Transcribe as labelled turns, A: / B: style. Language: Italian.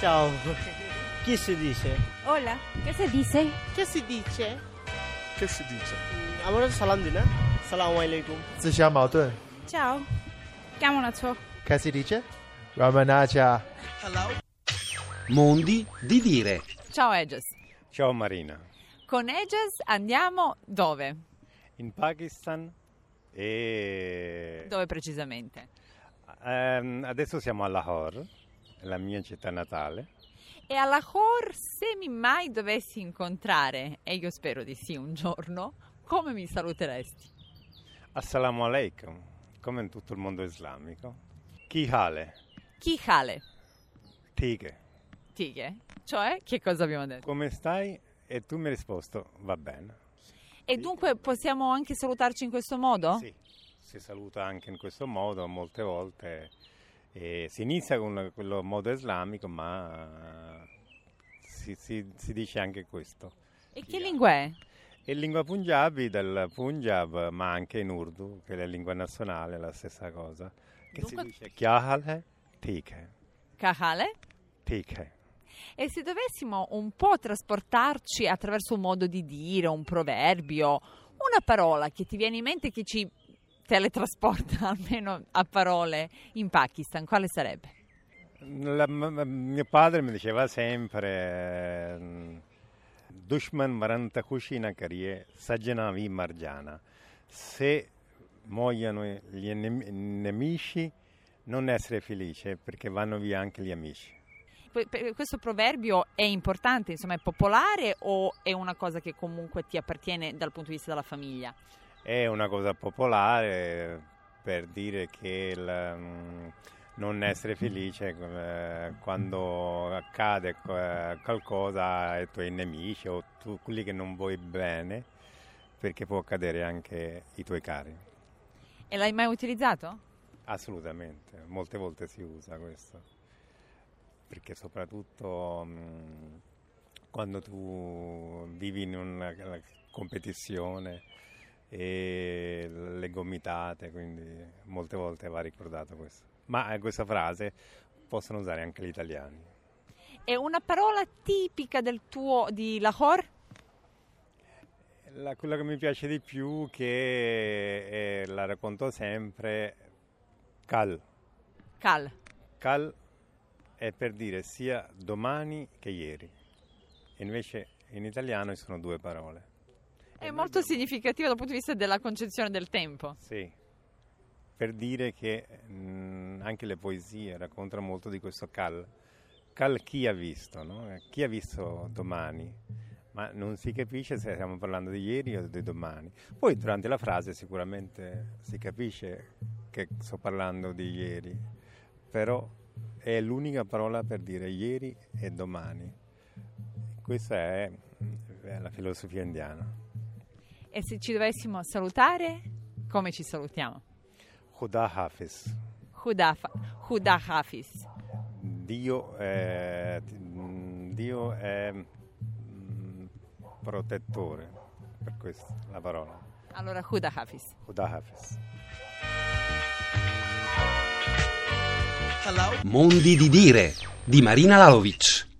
A: Ciao. Chi si dice?
B: Hola, ¿qué se dice?
C: Che si dice?
D: Che si dice?
A: আমরা তো সালাম দিই না সালাম আলাইকুম
E: 自相矛盾。
B: Ciao. Chiamo la ciò.
E: Che si dice? Ramanacha.
F: Mondi di dire.
G: Ciao Eges.
H: Ciao Marina.
G: Con Eges andiamo dove?
H: In Pakistan e...
G: Dove precisamente?
H: Ehm, adesso siamo a Lahore, la mia città natale.
G: E a Lahore, se mi mai dovessi incontrare, e io spero di sì un giorno, come mi saluteresti?
H: Assalamu alaikum, come in tutto il mondo islamico. Kihale,
G: Chi Hale?
H: tighe,
G: Tighe. Cioè, che cosa abbiamo detto?
H: come stai? E tu mi hai risposto, va bene.
G: E dunque possiamo anche salutarci in questo modo?
H: Sì, si saluta anche in questo modo molte volte. E si inizia con quello modo islamico, ma si, si- si dice anche questo.
G: E che
H: Chi Hale.
G: lingua è?
H: E lingua punjabi del Punjab, ma anche in Urdu, che è la lingua nazionale, è la stessa cosa. Che
G: Dunque-
H: si dice Kyahale Tike.
G: Kahale?
H: Tike.
G: E se dovessimo un po' trasportarci attraverso un modo di dire, un proverbio, una parola che ti viene in mente che ci teletrasporta almeno a parole in Pakistan, quale sarebbe?
H: La- m- m- mio padre mi diceva sempre ehm, Dushman maranta cucina carie sajjanavi margiana se muoiono gli nem- nemici non essere felice perché vanno via anche gli amici
G: Que- per- Questo proverbio è importante, insomma è popolare o è una cosa che comunque ti appartiene dal punto di vista della famiglia?
H: è una cosa popolare per dire che il, mm, non essere felice eh, quando accade eh, qualcosa ai tuoi nemici o tu, quelli che non vuoi bene, perché può accadere anche ai tuoi cari.
G: E l'hai mai utilizzato?
H: Assolutamente, molte volte si usa questo, perché soprattutto mh, quando tu vivi in una una competizione e le gomitate, quindi molte volte va ricordato questo. Ma eh, questa frase possono usare anche gli italiani.
G: È una parola tipica del tuo di Lahore?
H: La- quello che mi piace di più, che eh, la racconto sempre, cal.
G: Cal.
H: Cal è per dire sia domani che ieri. E Invece in italiano ci sono due parole.
G: È molto significativa dal punto di vista della concezione del tempo.
H: Sì. Per dire che mh, anche le poesie raccontano molto di questo cal. Cal chi ha visto, no? Eh, Chi ha visto domani? Ma non si capisce se stiamo parlando di ieri o di domani. Poi durante la frase sicuramente si capisce che sto parlando di ieri, però è l'unica parola per dire ieri e domani. Questa è, è la filosofia indiana.
G: E se ci dovessimo salutare, come ci salutiamo?
H: Khuda Hafiz.
G: Huda, fa- Huda Hafiz.
H: Dio è, Dio è mm, protettore, per questo la parola.
G: Allora, Huda Hafiz.
H: Khuda Hafiz.
F: Mondi di dire. Di Marina Lalovic.